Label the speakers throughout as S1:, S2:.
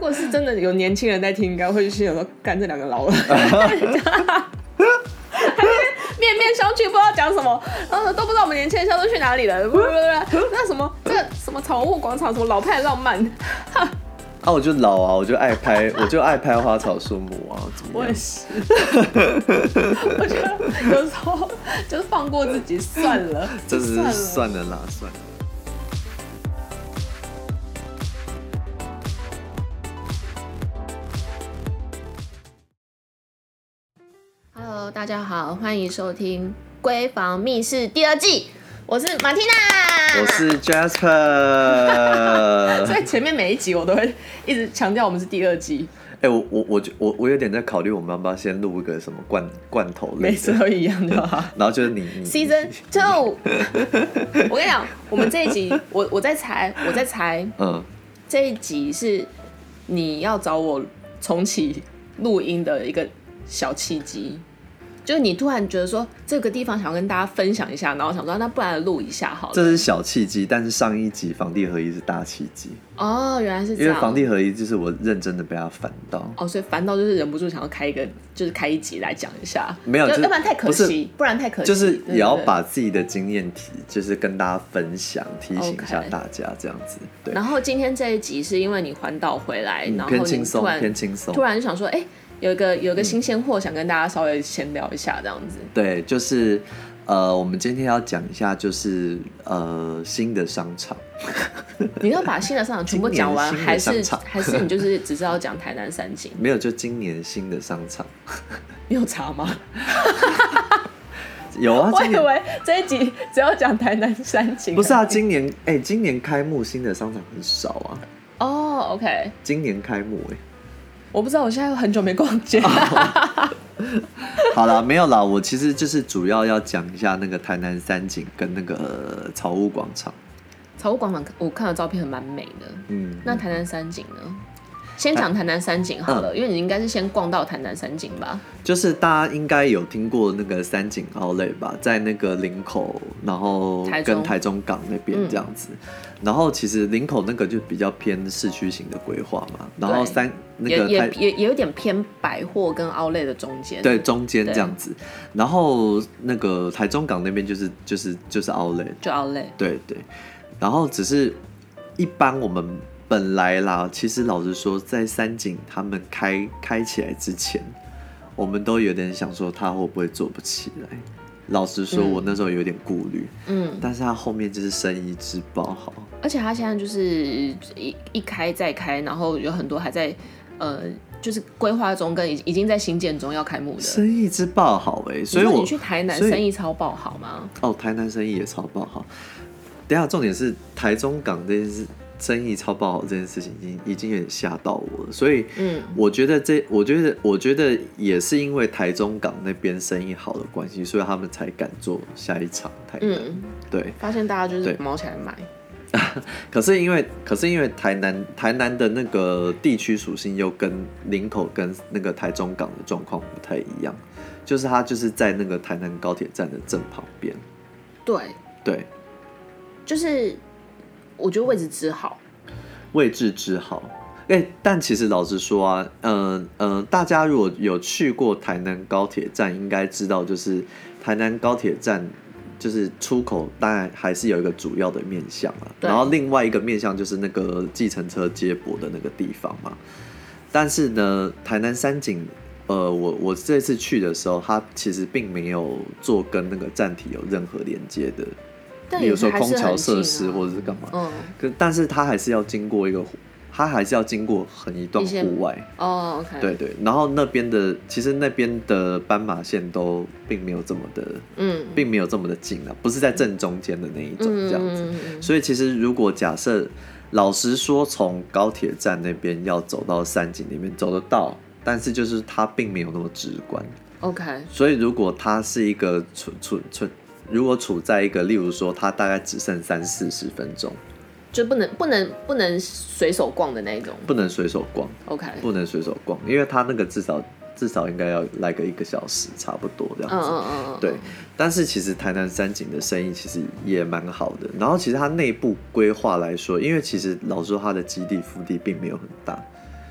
S1: 果是真的有年轻人在听，应该会去想说，干这两个老了，面面相觑，不知道讲什么，然后都不知道我们年轻人现在都去哪里了，不不不，不那什么这个什么草木广场，什么老派浪漫，
S2: 啊，我就老啊，我就爱拍，我就爱拍花草树木啊，怎么
S1: 我
S2: 样
S1: 也？是，我觉得有时候就是放过自己算了，
S2: 这只是
S1: 算了。
S2: 算了啦，算了。
S1: Hello，大家好，欢迎收听《闺房密室》第二季，我是马蒂 娜，
S2: 我。是 Jasper。
S1: 所以前面每一集我都会一直强调我们是第二季，
S2: 哎、我我我觉我我有点在考虑，我们要不要先录一个什么罐罐头
S1: 每
S2: 类的
S1: 次，都一样的吧
S2: 然后就是你你
S1: ？Season Two，我跟你讲，我们这一集，我我在猜，我在猜
S2: 嗯，
S1: 这一集是你要找我重启录音的一个小契机，就是你突然觉得说这个地方想要跟大家分享一下，然后想说那不然录一下好了。
S2: 这是小契机，但是上一集房地合一是大契机，
S1: 哦，原来是这
S2: 因为
S1: 样。
S2: 房地合一就是我认真的被他烦到。
S1: 哦，所以烦到就是忍不住想要开一个，就是开一集来讲一下，
S2: 没有
S1: 就
S2: 就是
S1: 要不然太可
S2: 不是
S1: 惜，不然太可惜，
S2: 就是
S1: 对
S2: 也要。
S1: 对对
S2: 把自己的经验提，就是跟大家分享，提醒一下
S1: OK
S2: 大家这样子。对，
S1: 然后今天这一集是因为你环岛回来，
S2: 嗯
S1: 然后
S2: 偏
S1: 你
S2: 轻松
S1: 突，然
S2: 偏轻松
S1: 突。然就想说，哎、有一个有一个新鲜货，想跟大家稍微闲聊一下这样子。
S2: 对，就是呃，我们今天要讲一下，就是呃，新的商场。
S1: 你要把新的商场全部讲完，
S2: 今
S1: 还
S2: 年新
S1: 是
S2: 的商 场
S1: 还是你就是只是要讲台南三景？
S2: 没有，就今年新的商场
S1: 你有查吗？
S2: 有 啊，
S1: 我
S2: 今
S1: 以
S2: 年
S1: 为这一集只要讲台南三景，
S2: 不是啊，今年哎、今年开幕新的商场很少啊，
S1: 哦，OK、o k
S2: 今年开幕哎、
S1: 我不知道，我现在很久没逛街了。
S2: 哦好啦，没有啦，我其实就是主要要讲一下那个台南三景跟那个草屋广场，
S1: 草屋广场，我看到照片很蛮美的。
S2: 嗯，
S1: 那台南三景呢？先讲台南三景好了，
S2: 嗯
S1: 因为你应该是先逛到台南三景吧？
S2: 就是大家应该有听过那个三井奥莱吧，在那个林口，然后
S1: 台中嗯
S2: 跟台中港那边这样子。然后其实林口那个就比较偏市区型的规划嘛，然后
S1: 对
S2: 三那
S1: 也
S2: 个
S1: 也
S2: 台
S1: 也也有点偏百货跟 Outlet 的中间。
S2: 对中间这样子，然后那个台中港那边就是就是就是奥莱，
S1: 就 Outlet。
S2: 对对。然后只是一般我们本来啦，其实老实说，在三井他们开开起来之前，我们都有点想说他会不会做不起来。老实说，
S1: 嗯
S2: 我那时候有点顾虑，
S1: 嗯，
S2: 但是他后面就是生意之爆好，
S1: 而且它现在就是一一开再开，然后有很多还在呃，就是规划中跟已已经在新建中要开幕的。
S2: 生意之爆好哎、所以
S1: 你说
S2: 我
S1: 你去台南
S2: 所以
S1: 生意超爆好吗？
S2: 哦，台南生意也超爆好。等一下，重点是台中港这件事，生意超爆好这件事情，已经已经有点吓到我了。所以，
S1: 嗯，
S2: 我觉得这，我觉得，我觉得也是因为台中港那边生意好的关系，所以他们才敢做下一场台南。
S1: 嗯，
S2: 对，
S1: 发现大家就是
S2: 对
S1: 毛起来买。
S2: 可是因为，可是因为台南台南的那个地区属性又跟林口跟那个台中港的状况不太一样，就是它就是在那个台南高铁站的正旁边。
S1: 对，
S2: 对，
S1: 就是我觉得位置只好。
S2: 位置之好。哎、但其实老实说啊，嗯、嗯、大家如果有去过台南高铁站，应该知道，就是台南高铁站就是出口，当然还是有一个主要的面向啊。
S1: 对
S2: 然后另外一个面向就是那个计程车接驳的那个地方嘛。但是呢，台南三井，呃，我我这次去的时候，它其实并没有做跟那个站体有任何连接的，
S1: 但
S2: 比如说
S1: 还
S2: 空
S1: 是
S2: 桥
S1: 很
S2: 设
S1: 近
S2: 施
S1: 啊
S2: 或者是干嘛。
S1: 嗯，
S2: 可但是它还是要经过一个湖，它还是要经过很一段
S1: 一些
S2: 户外，
S1: 哦，OK，
S2: 对，对。然后那边的其实那边的斑马线都并没有这么的，
S1: 嗯，
S2: 并没有这么的近啊，不是在正中间的那一种这样子。
S1: 嗯嗯嗯嗯
S2: 所以其实如果假设，老实说，从高铁站那边要走到山景那边走得到，但是就是它并没有那么直观。
S1: OK，
S2: 所以如果它是一个处处处，如果处在一个例如说它大概只剩三四十分钟，
S1: 就不能不能不能随手逛的那一种。
S2: 不能随手逛。
S1: OK，
S2: 不能随手逛，因为它那个至少至少应该要来个一个小时差不多这
S1: 嗯
S2: 样子。
S1: 嗯嗯嗯，
S2: 对，但是其实台南三井的生意其实也蛮好的，然后其实它内部规划来说，因为其实老实说它的基地腹地并没有很大，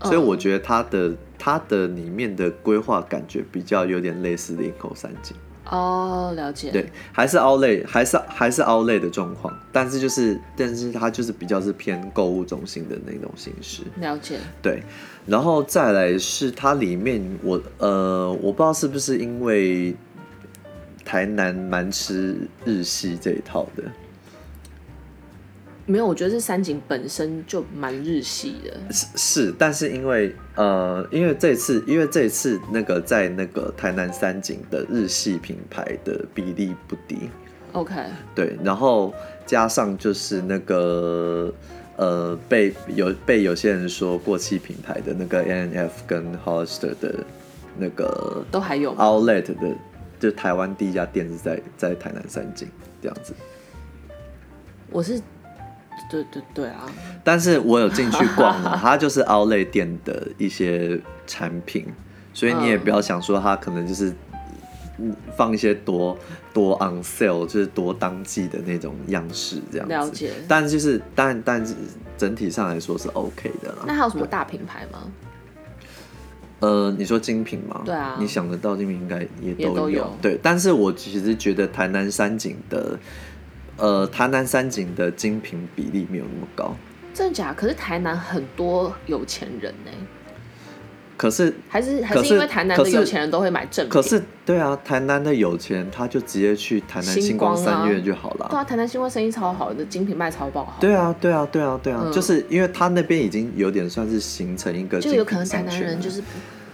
S1: 嗯
S2: 所以我觉得它的它的里面的规划感觉比较有点类似林口三井，
S1: 哦，了解。
S2: 对，还是 outlet，还是还是 outlet 的状况，但是就是但是它就是比较是偏购物中心的那种形式。
S1: 了解。
S2: 对，然后再来是它里面我呃，我不知道是不是因为台南蛮吃日系这一套的，
S1: 没有，我觉得这三井本身就蛮日系的。
S2: 是是，但是因为呃，因为这次因为这次那个在那个台南三井的日系品牌的比例不低，
S1: OK，
S2: 对，然后加上就是那个呃被有被有些人说过气品牌的那个 N F 跟 Hollister 的那个
S1: 都还有吗？
S2: Outlet 的，就台湾第一家店是在在台南三井这样子。
S1: 我是，对对对啊，
S2: 但是我有进去逛 了，它就是 Outlet 店的一些产品，所以你也
S1: 嗯
S2: 不要想说它可能就是嗯放一些多多 on sale，就是多当季的那种样式这样子。
S1: 了解
S2: 但就是但但是整体上来说是 OK 的啦。
S1: 那还有什么大品牌吗？
S2: 呃，你说精品吗？
S1: 对啊
S2: 你想得到精品应该也
S1: 也
S2: 都
S1: 都有
S2: 对，但是我其实觉得台南三井的，呃，台南三井的精品比例没有那么高。
S1: 真的假的？可是台南很多有钱人呢、
S2: 可是，
S1: 还是还
S2: 可
S1: 是
S2: 是
S1: 因为台南的
S2: 可是
S1: 有钱人都会买正品？
S2: 可是，对啊，台南的有钱他就直接去台南
S1: 星
S2: 星光
S1: 光
S2: 三
S1: 啊
S2: 月就好了
S1: 对。啊，台南新光生意超好的，精品卖超爆好。
S2: 对啊，对啊，对啊，对啊，
S1: 嗯
S2: 就是因为他那边已经有点算是形成一个
S1: 就
S2: 精
S1: 有
S2: 品啊
S1: 可能台
S2: 商
S1: 南
S2: 圈
S1: 人
S2: 了
S1: 就是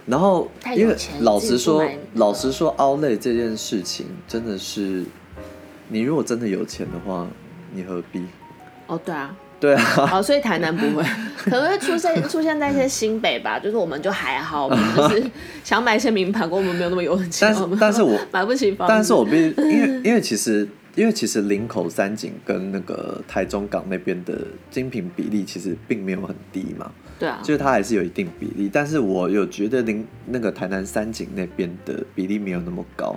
S2: 然后
S1: 太，有
S2: 因为
S1: 钱
S2: 老
S1: 自
S2: 实
S1: 己
S2: 说
S1: 买那个，
S2: 老实说，凹类这件事情真的是，你如果真的有钱的话，你何必？
S1: 哦，对啊，
S2: 对啊，
S1: 好，所以台南不会，可能会出现出现在一些新北吧，就是我们就还好，我们就是想买一些名牌，不过我们没有那么有钱，
S2: 但是但是我
S1: 买不起房子，
S2: 但是我必须，因为因为其实因为其实林口三井跟那个台中港那边的精品比例其实并没有很低嘛，
S1: 对啊，
S2: 就是它还是有一定比例，但是我有觉得林那个台南三井那边的比例没有那么高，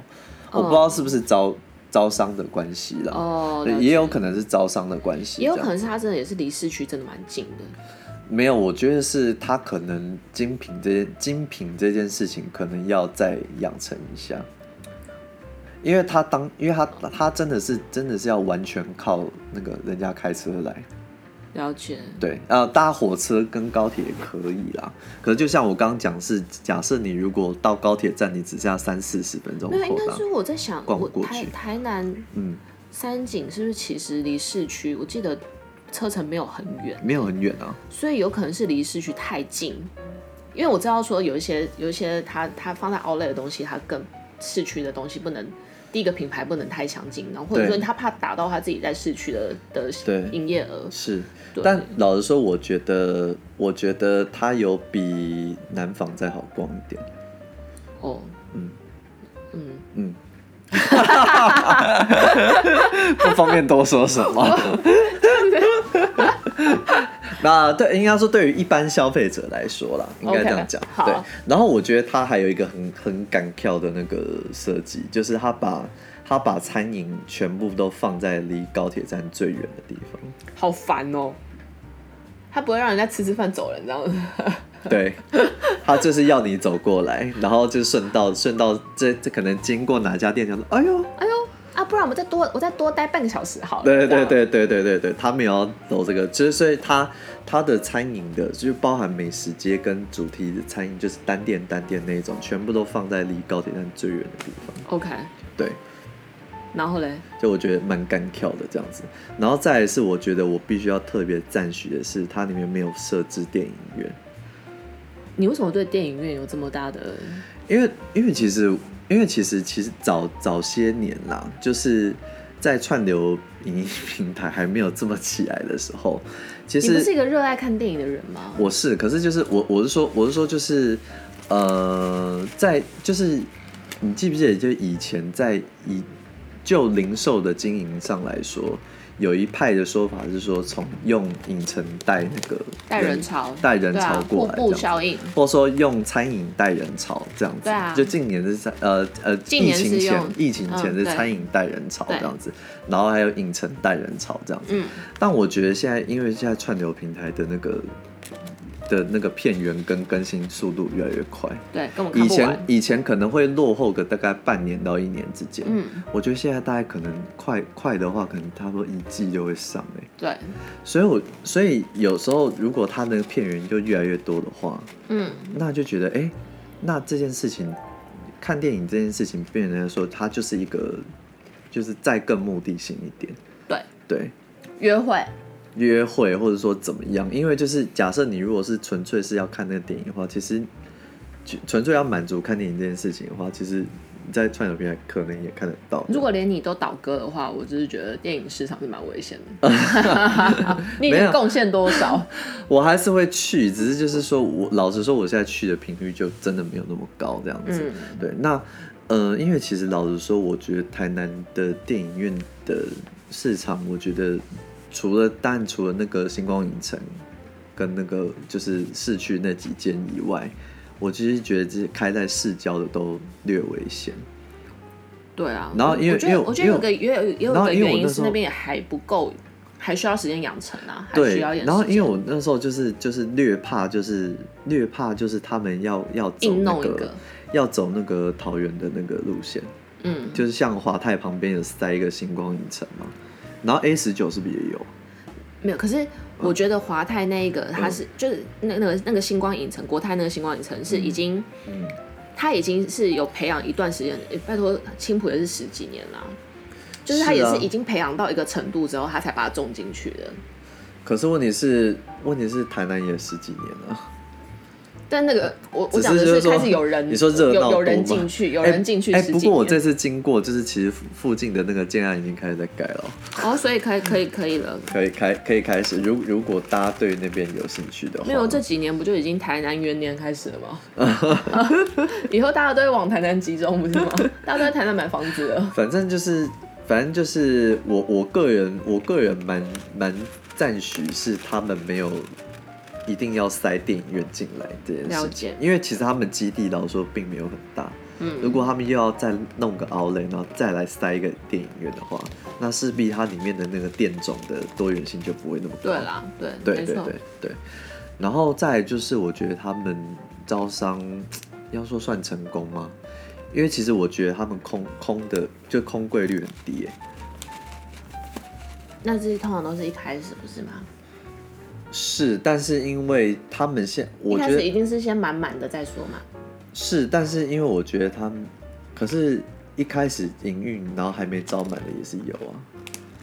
S2: 我不知道是不是招招商的关系啦。
S1: 哦，
S2: 对
S1: 了解
S2: 也有可能是招商的关系，
S1: 也有
S2: 这样
S1: 可能是他真的也是离市区真的蛮近的，
S2: 没有，我觉得是他可能精品这件精品这件事情，可能要再养成一下，因为他当，因为他他真的是真的是要完全靠那个人家开车来，
S1: 了解，
S2: 对，呃，搭火车跟高铁也可以啦。可是就像我刚刚讲是，假设你如果到高铁站，你只剩下三四十分钟
S1: 没有，应
S2: 扣
S1: 该
S2: 档
S1: 是，我在想，
S2: 逛
S1: 我
S2: 过
S1: 台
S2: 去
S1: 台南
S2: 嗯，
S1: 三井是不是其实离市区，我记得车程没有很远，
S2: 没有很远啊，
S1: 所以有可能是离市区太近，因为我知道说有一些有一些它它放在 Outlet 的东西，它更市区的东西不能。第一个品牌不能太强劲，然后或者
S2: 对
S1: 说他怕打到他自己在市区的的
S2: 对
S1: 营业额，
S2: 是。
S1: 对
S2: 但老实说，我觉得我觉得它有比南纺再好逛一 点。
S1: 哦，
S2: 嗯
S1: 嗯，
S2: 嗯，不方便多说什 么。那对，应该说对于一般消费者来说啦，应该这样讲。
S1: OK，
S2: 对
S1: 好，
S2: 然后我觉得它还有一个很很敢跳的那个设计，就是它把它把餐饮全部都放在离高铁站最远的地 方。
S1: 好烦哦、他不会让人家吃吃饭走人，这样子。
S2: 对，它就是要你走过来，然后就顺道顺道这这可能经过哪家店，想说，哎呦，
S1: 哎呦啊，不然我们再多我再多待半个小时好了。
S2: 对
S1: 这
S2: 对
S1: 样，
S2: 对对对对对，他们也要走这个，就是所以他他的餐饮的，就是包含美食街跟主题的餐饮，就是单店单店那一种，全部都放在离高铁站最远的地方。
S1: OK，
S2: 对，
S1: 然后嘞，
S2: 就我觉得蛮干跳的这样子。然后再来是，我觉得我必须要特别赞许的是，它里面没有设置电影院，
S1: 你为什么对电影院有这么大的？
S2: 因为因为其实因为其实其实早早些年啦，就是在串流影音平台还没有这么起来的时候，其
S1: 你
S2: 实
S1: 不是一个热爱看电影的人吗？
S2: 我是，可是就是我我是说我是说就是，呃，在就是你记不记得，就以前在以就零售的经营上来说，有一派的说法是说从用影城带那个
S1: 带人潮，
S2: 带人
S1: 对
S2: 潮
S1: 啊，
S2: 过来这
S1: 瀑布
S2: 样子。
S1: 效应，
S2: 或者说用餐饮带人潮这样子，
S1: 对啊
S2: 就近年是餐呃呃
S1: 近
S2: 疫
S1: 年是
S2: 情前
S1: 用
S2: 疫情前
S1: 嗯
S2: 是
S1: 对
S2: 餐饮带人潮
S1: 对
S2: 这样子，然后还有影城带人潮这样子。
S1: 嗯，
S2: 但我觉得现在，因为现在串流平台的那个的那个片源跟更新速度越来越快。
S1: 对，根本看
S2: 以
S1: 不
S2: 前
S1: 完。
S2: 以前可能会落后个大概半年到一年之间，
S1: 嗯，
S2: 我觉得现在大概可能快快的话，可能差不多一季就会上哎、
S1: 对，
S2: 所以我所以有时候如果它那个片源就越来越多的话，
S1: 嗯，
S2: 那就觉得哎、诶那这件事情看电影这件事情，变成说它就是一个就是再更目的性一点，
S1: 对，
S2: 对。
S1: 约会，
S2: 约会，或者说怎么样？因为就是假设你如果是纯粹是要看那个电影的话，其实就纯粹要满足看电影这件事情的话，其实你在串流平台可能也看得到。
S1: 如果连你都倒戈的话，我只是觉得电影市场是蛮危险 的。 你
S2: 没有
S1: 能贡献多少？
S2: 我还是会去，只是就是说我老实说，我现在去的频率就真的没有那么高，这样子。
S1: 嗯
S2: 对，那呃，因为其实老实说，我觉得台南的电影院的市场，我觉得除了但除了那个星光影城跟那个就是市区那几间以外，我其实觉得这些开在市郊的都略危险。
S1: 对啊，
S2: 然后
S1: 我
S2: 因为
S1: 我觉得
S2: 因为
S1: 我觉得有个也有也有一
S2: 然后
S1: 个
S2: 因为我
S1: 原因
S2: 那时
S1: 是
S2: 候
S1: 那边也还不够，还需要时间养成啊，还
S2: 对，
S1: 需要一点
S2: 然后
S1: 时
S2: 因为
S1: 间
S2: 我那时候就是就是略怕，就是略怕就是他们要要走
S1: 硬
S2: 那
S1: 弄一
S2: 个
S1: 个，
S2: 要走那个桃园的那个路线。
S1: 嗯，
S2: 就是像华泰旁边有塞一个星光影城嘛，然后 A 十九是不是也有？
S1: 没有。可是我觉得华泰那一
S2: 嗯
S1: 个，它是、就是那那个那个星光影城，国泰那个星光影城是已经，
S2: 嗯
S1: 它已经是有培养一段时间，诶拜托青浦也是十几年啦。就是它
S2: 是
S1: 也
S2: 啊
S1: 是已经培养到一个程度之后，它才把它种进去的。
S2: 可是问题是，问题是台南也十几年了，
S1: 但那个我 我
S2: 只
S1: 讲的
S2: 就是
S1: 是
S2: 说
S1: 开始有人，
S2: 你说热
S1: 有
S2: 闹
S1: 有人
S2: 多吗
S1: 进去，有
S2: 哎
S1: 人进去
S2: 哎、
S1: 十几
S2: 不
S1: 年。
S2: 过我这次经过，就是其实附附近的那个建案已经开始在改了，
S1: 哦，所以可以可以可以了，
S2: 可以开可以开始。如如果大家对那边有兴趣的话，
S1: 没有，这几年不就已经台南元年开始了 吗？以后大家都会往台南集中，不是吗？大家都在台南买房子了。
S2: 反正就是反正就是我我个人我个人蛮蛮赞许是他们没有。一定要塞电影院进来这件
S1: 了
S2: 事情
S1: 解，
S2: 因为其实他们基地老实说并没有很大，如
S1: 嗯，
S2: 果他们又要再弄个 outlet，然后再来塞一个电影院的话，那势必它里面的那个电种的多元性就不会那么高。
S1: 对，啦，对，
S2: 对
S1: 没
S2: 对
S1: 错
S2: 对对。然后再来就是，我觉得他们招商要说算成功吗？因为其实我觉得他们空空的就空柜率很低、欸，
S1: 那这通常都是一开始不是吗？
S2: 是，但是因为他们现
S1: 一
S2: 我
S1: 开
S2: 觉
S1: 始
S2: 得
S1: 一定是先满满的再说嘛。
S2: 是，但是因为我觉得他们可是一开始营运，然后还没招满的也是有啊。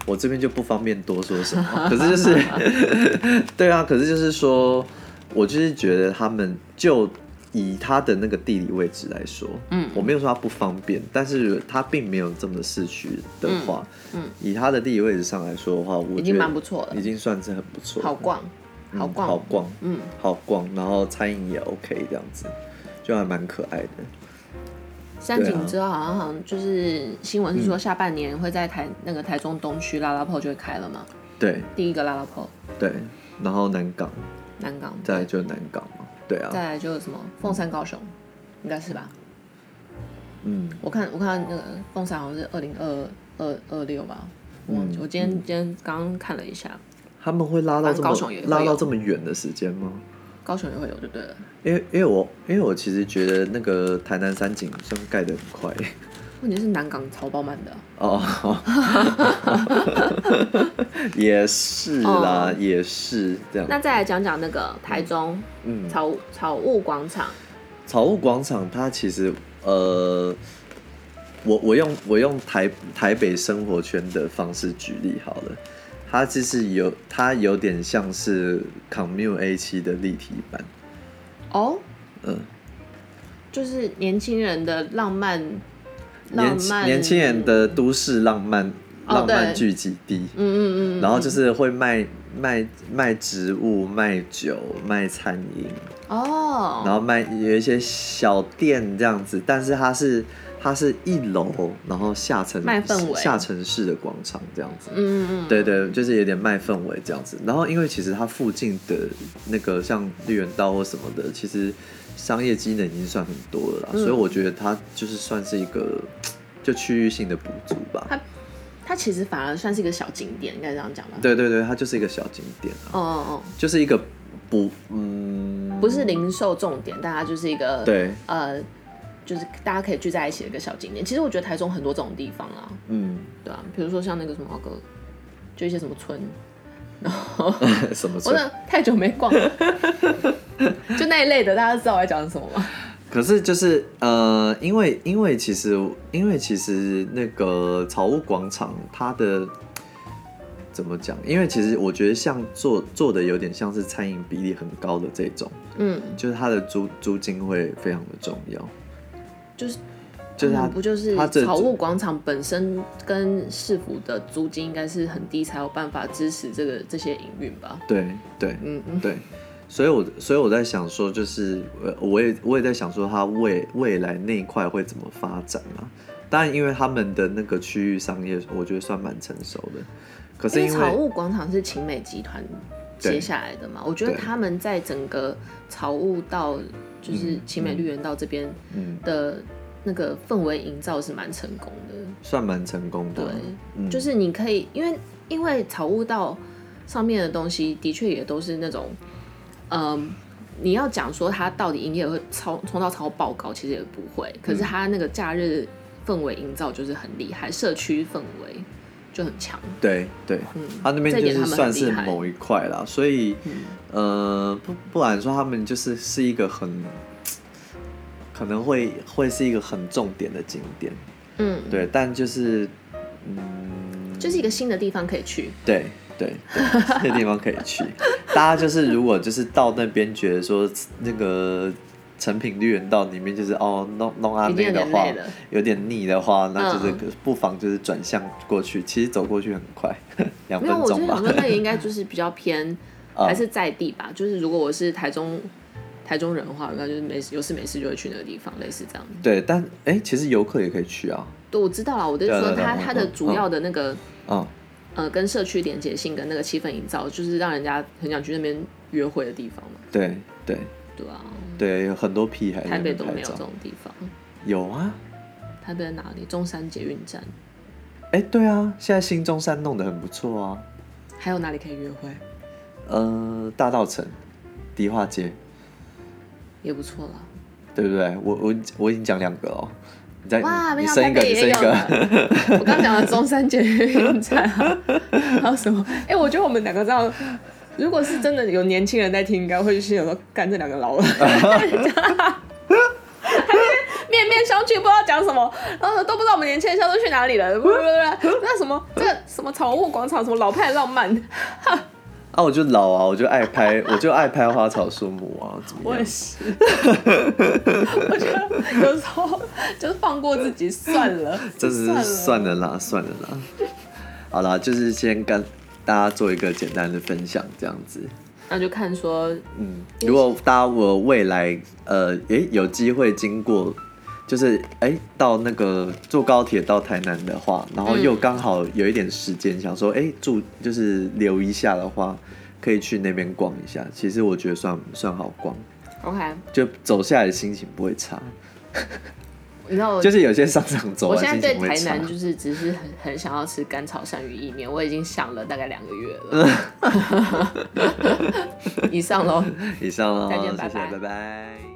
S2: 我这边就不方便多说 什么，可是就是，对啊，可是 就是说，我就是觉得他们就以他的那个地理位置来说，
S1: 嗯
S2: 我没有说他不方便，但是他并没有这么市区的话，
S1: 嗯嗯
S2: 以他的地理位置上来说的话，我
S1: 已
S2: 觉
S1: 经
S2: 得
S1: 蛮不错了
S2: 已经算是很不错，
S1: 好逛，
S2: 嗯，
S1: 好逛
S2: 好逛，
S1: 嗯，
S2: 好逛，然后餐饮也 OK 这样子，就还蛮可爱的。
S1: 三
S2: 对啊
S1: 井之后好像好像就是新闻是说下半年会在台那个台中东区拉拉泡就会开了嘛，
S2: 对
S1: 第一个拉拉泡
S2: 对，然后南港，
S1: 南港，
S2: 再来就南港嘛，对啊，
S1: 再来就是什么凤山高雄，应该是吧？
S2: 嗯，
S1: 我看我看那个凤山好像是二零二二二六吧，我、
S2: 嗯
S1: 我今天、今天刚刚看了一下，
S2: 他们会拉
S1: 反
S2: 到这
S1: 正高雄也
S2: 么
S1: 会
S2: 拉到
S1: 有
S2: 这么远的时间吗？
S1: 高雄也会有就对了，
S2: 因为因为我因为我其实觉得那个台南三井算盖得很快
S1: 问题是南港超爆满的啊，
S2: 哦，也是啦，
S1: 哦
S2: 也是这样。
S1: 那再来讲讲那个台中、
S2: 嗯，
S1: 草草悟广场，
S2: 草悟广场它其实呃，我我用我用台台北生活圈的方式举例好了，它其实有它有点像是 Commute A 七的立体版，
S1: 哦，
S2: 嗯，
S1: 就是年轻人的浪漫，浪
S2: 年轻
S1: 漫
S2: 年轻人，的都市浪漫、
S1: 哦
S2: 浪漫
S1: 对
S2: 聚集地，
S1: 嗯嗯嗯，
S2: 然后就是会卖卖卖植物、卖酒、卖餐饮，
S1: 哦，
S2: 然后卖有一些小店这样子，但是它是它是一楼，然后下层
S1: 卖氛围
S2: 下城市的广场这样子。
S1: 嗯嗯嗯，
S2: 对对，就是有点卖氛围这样子。然后因为其实它附近的那个像绿园道或什么的，其实商业机能已经算很多了啦，
S1: 嗯
S2: 所以我觉得它就是算是一个就区域性的补助吧。
S1: 它它其实反而算是一个小景点，应该这样讲吧？，
S2: 对对对，它就是一个小景点啊，
S1: 哦哦哦，
S2: 就是一个补嗯。
S1: 不是零售重点，大家就是一个
S2: 对，
S1: 呃，就是大家可以聚在一起的一个小景点。其实我觉得台中很多这种地方啊，
S2: 嗯，
S1: 对啊，比如说像那个什么那个，就一些什么村，
S2: 什么
S1: 我真
S2: 村？
S1: 的太久没逛 了，就那一类的，大家知道我在讲什么吗？
S2: 可是就是呃，因为因为其实因为其实那个草屋广场它的怎么讲？因为其实我觉得像做做的有点像是餐饮比例很高的这种，
S1: 嗯，
S2: 就是它的租租金会非常的重要，
S1: 就是
S2: 就是它
S1: 嗯不就是
S2: 它啊这
S1: 草悟广场本身跟市府的租金应该是很低，才有办法支持这个这些营运吧？
S2: 对对
S1: 嗯嗯，
S2: 对，所以我所以我在想说，就是呃，我也我也在想说，它未未来那一块会怎么发展啊？当然，因为他们的那个区域商业，我觉得算蛮成熟的。可是
S1: 因为
S2: 因
S1: 哎草
S2: 为
S1: 悟广场是晴美集团
S2: 对
S1: 接下来的嘛，我觉得
S2: 对
S1: 他们在整个草悟到就是
S2: 嗯
S1: 晴美绿园道这边
S2: 嗯，
S1: 的那个氛围营造是蛮成功的。
S2: 算蛮成功的啊、
S1: 对
S2: 嗯，
S1: 就是你可以，因为因为草悟道上面的东西的确也都是那种，嗯，你要讲说它到底营业额会超冲到超爆高，其实也不会。可是它那个假日氛围营造就是很厉害，社区氛围就很强。
S2: 对对，他那边
S1: 这
S2: 就
S1: 点
S2: 是
S1: 他们
S2: 算
S1: 很厉
S2: 是
S1: 害嗯
S2: 某一块啦，所以、呃，不不然说他们就是是一个很可能会会是一个很重点的景点，
S1: 嗯，
S2: 对，但就是嗯
S1: 就是一个新的地方可以去。
S2: 对对对，这个地方可以去。大家就是如果就是到那边觉得说那个成品绿园道里面就是哦弄弄阿
S1: 已经
S2: 内
S1: 有
S2: 的
S1: 点
S2: 话
S1: 累了，
S2: 有点腻的话，那就是
S1: 嗯
S2: 不妨就是转向过去。其实走过去很快， 两
S1: 没
S2: 分
S1: 有，我就
S2: 钟吧
S1: 想。说那个应该就是比较偏
S2: 啊
S1: 还是在地吧。就是如果我是台中台中人的话，那就是没事有事没事就会去那个地方，类似这样。
S2: 对，但哎、其实游客也可以去啊。
S1: 对，我知道了。我的意思
S2: 对
S1: 说
S2: 对对
S1: 它，它
S2: 嗯
S1: 的
S2: 嗯
S1: 主要的那个、
S2: 嗯，
S1: 呃，跟社区连接性跟那个气氛营造，就是让人家很想去那边约会的地方嘛，
S2: 对对
S1: 对啊。
S2: 对，有很多屁孩在
S1: 台
S2: 哎那
S1: 北
S2: 边
S1: 都
S2: 拍
S1: 没有这
S2: 照
S1: 种地方，
S2: 有啊，
S1: 台北在哪里？中山捷运站，
S2: 哎、对啊，现在新中山弄得很不错啊。
S1: 还有哪里可以约会？
S2: 呃，大道城、迪化街。
S1: 也不错啦。
S2: 对不对？我我我已经讲两个了哦，你再
S1: 哇，
S2: 你
S1: 没
S2: 你
S1: 想到
S2: 生
S1: 台
S2: 嗯一
S1: 北
S2: 个，
S1: 也
S2: 你生一
S1: 有 了
S2: 个，。
S1: 我刚讲了中山捷运站啊，还有什么？ 哎、我觉得我们两个这样，如果是真的有年轻人在听，应该会去想说，干这两个老了。 面面相觑，不知道讲什么，然后都不知道我们年轻人现在都去哪里了。不不不不，那什么，这个什么草悟广场，什么老派浪漫，
S2: 啊，我就老啊，我就爱拍， 我就爱拍花草树木啊，怎么
S1: 我
S2: 样
S1: 也？是。我觉得有时候就是放过自己算了，
S2: 真的
S1: 了
S2: 是算了啦，算了啦。好啦，就是先跟大家做一个简单的分享，这样子。
S1: 那就看说
S2: 嗯，如果大家我未来呃，诶有机会经过，就是诶到那个坐高铁到台南的话，然
S1: 嗯
S2: 后又刚好有一点时间，想说诶住就是留一下的话，可以去那边逛一下。其实我觉得算算好逛，
S1: OK。
S2: 就走下来的心情不会差。
S1: 你知道我
S2: 就是有些商场走
S1: 嗯我
S2: 完
S1: 现在对
S2: 心情不会
S1: 台
S2: 差
S1: 南。就是只是很很想要吃甘草鳝鱼意面，我已经想了大概两个月了。以上喽。
S2: 以上了，
S1: 再见
S2: 谢
S1: 拜
S2: 谢，
S1: 拜
S2: 拜拜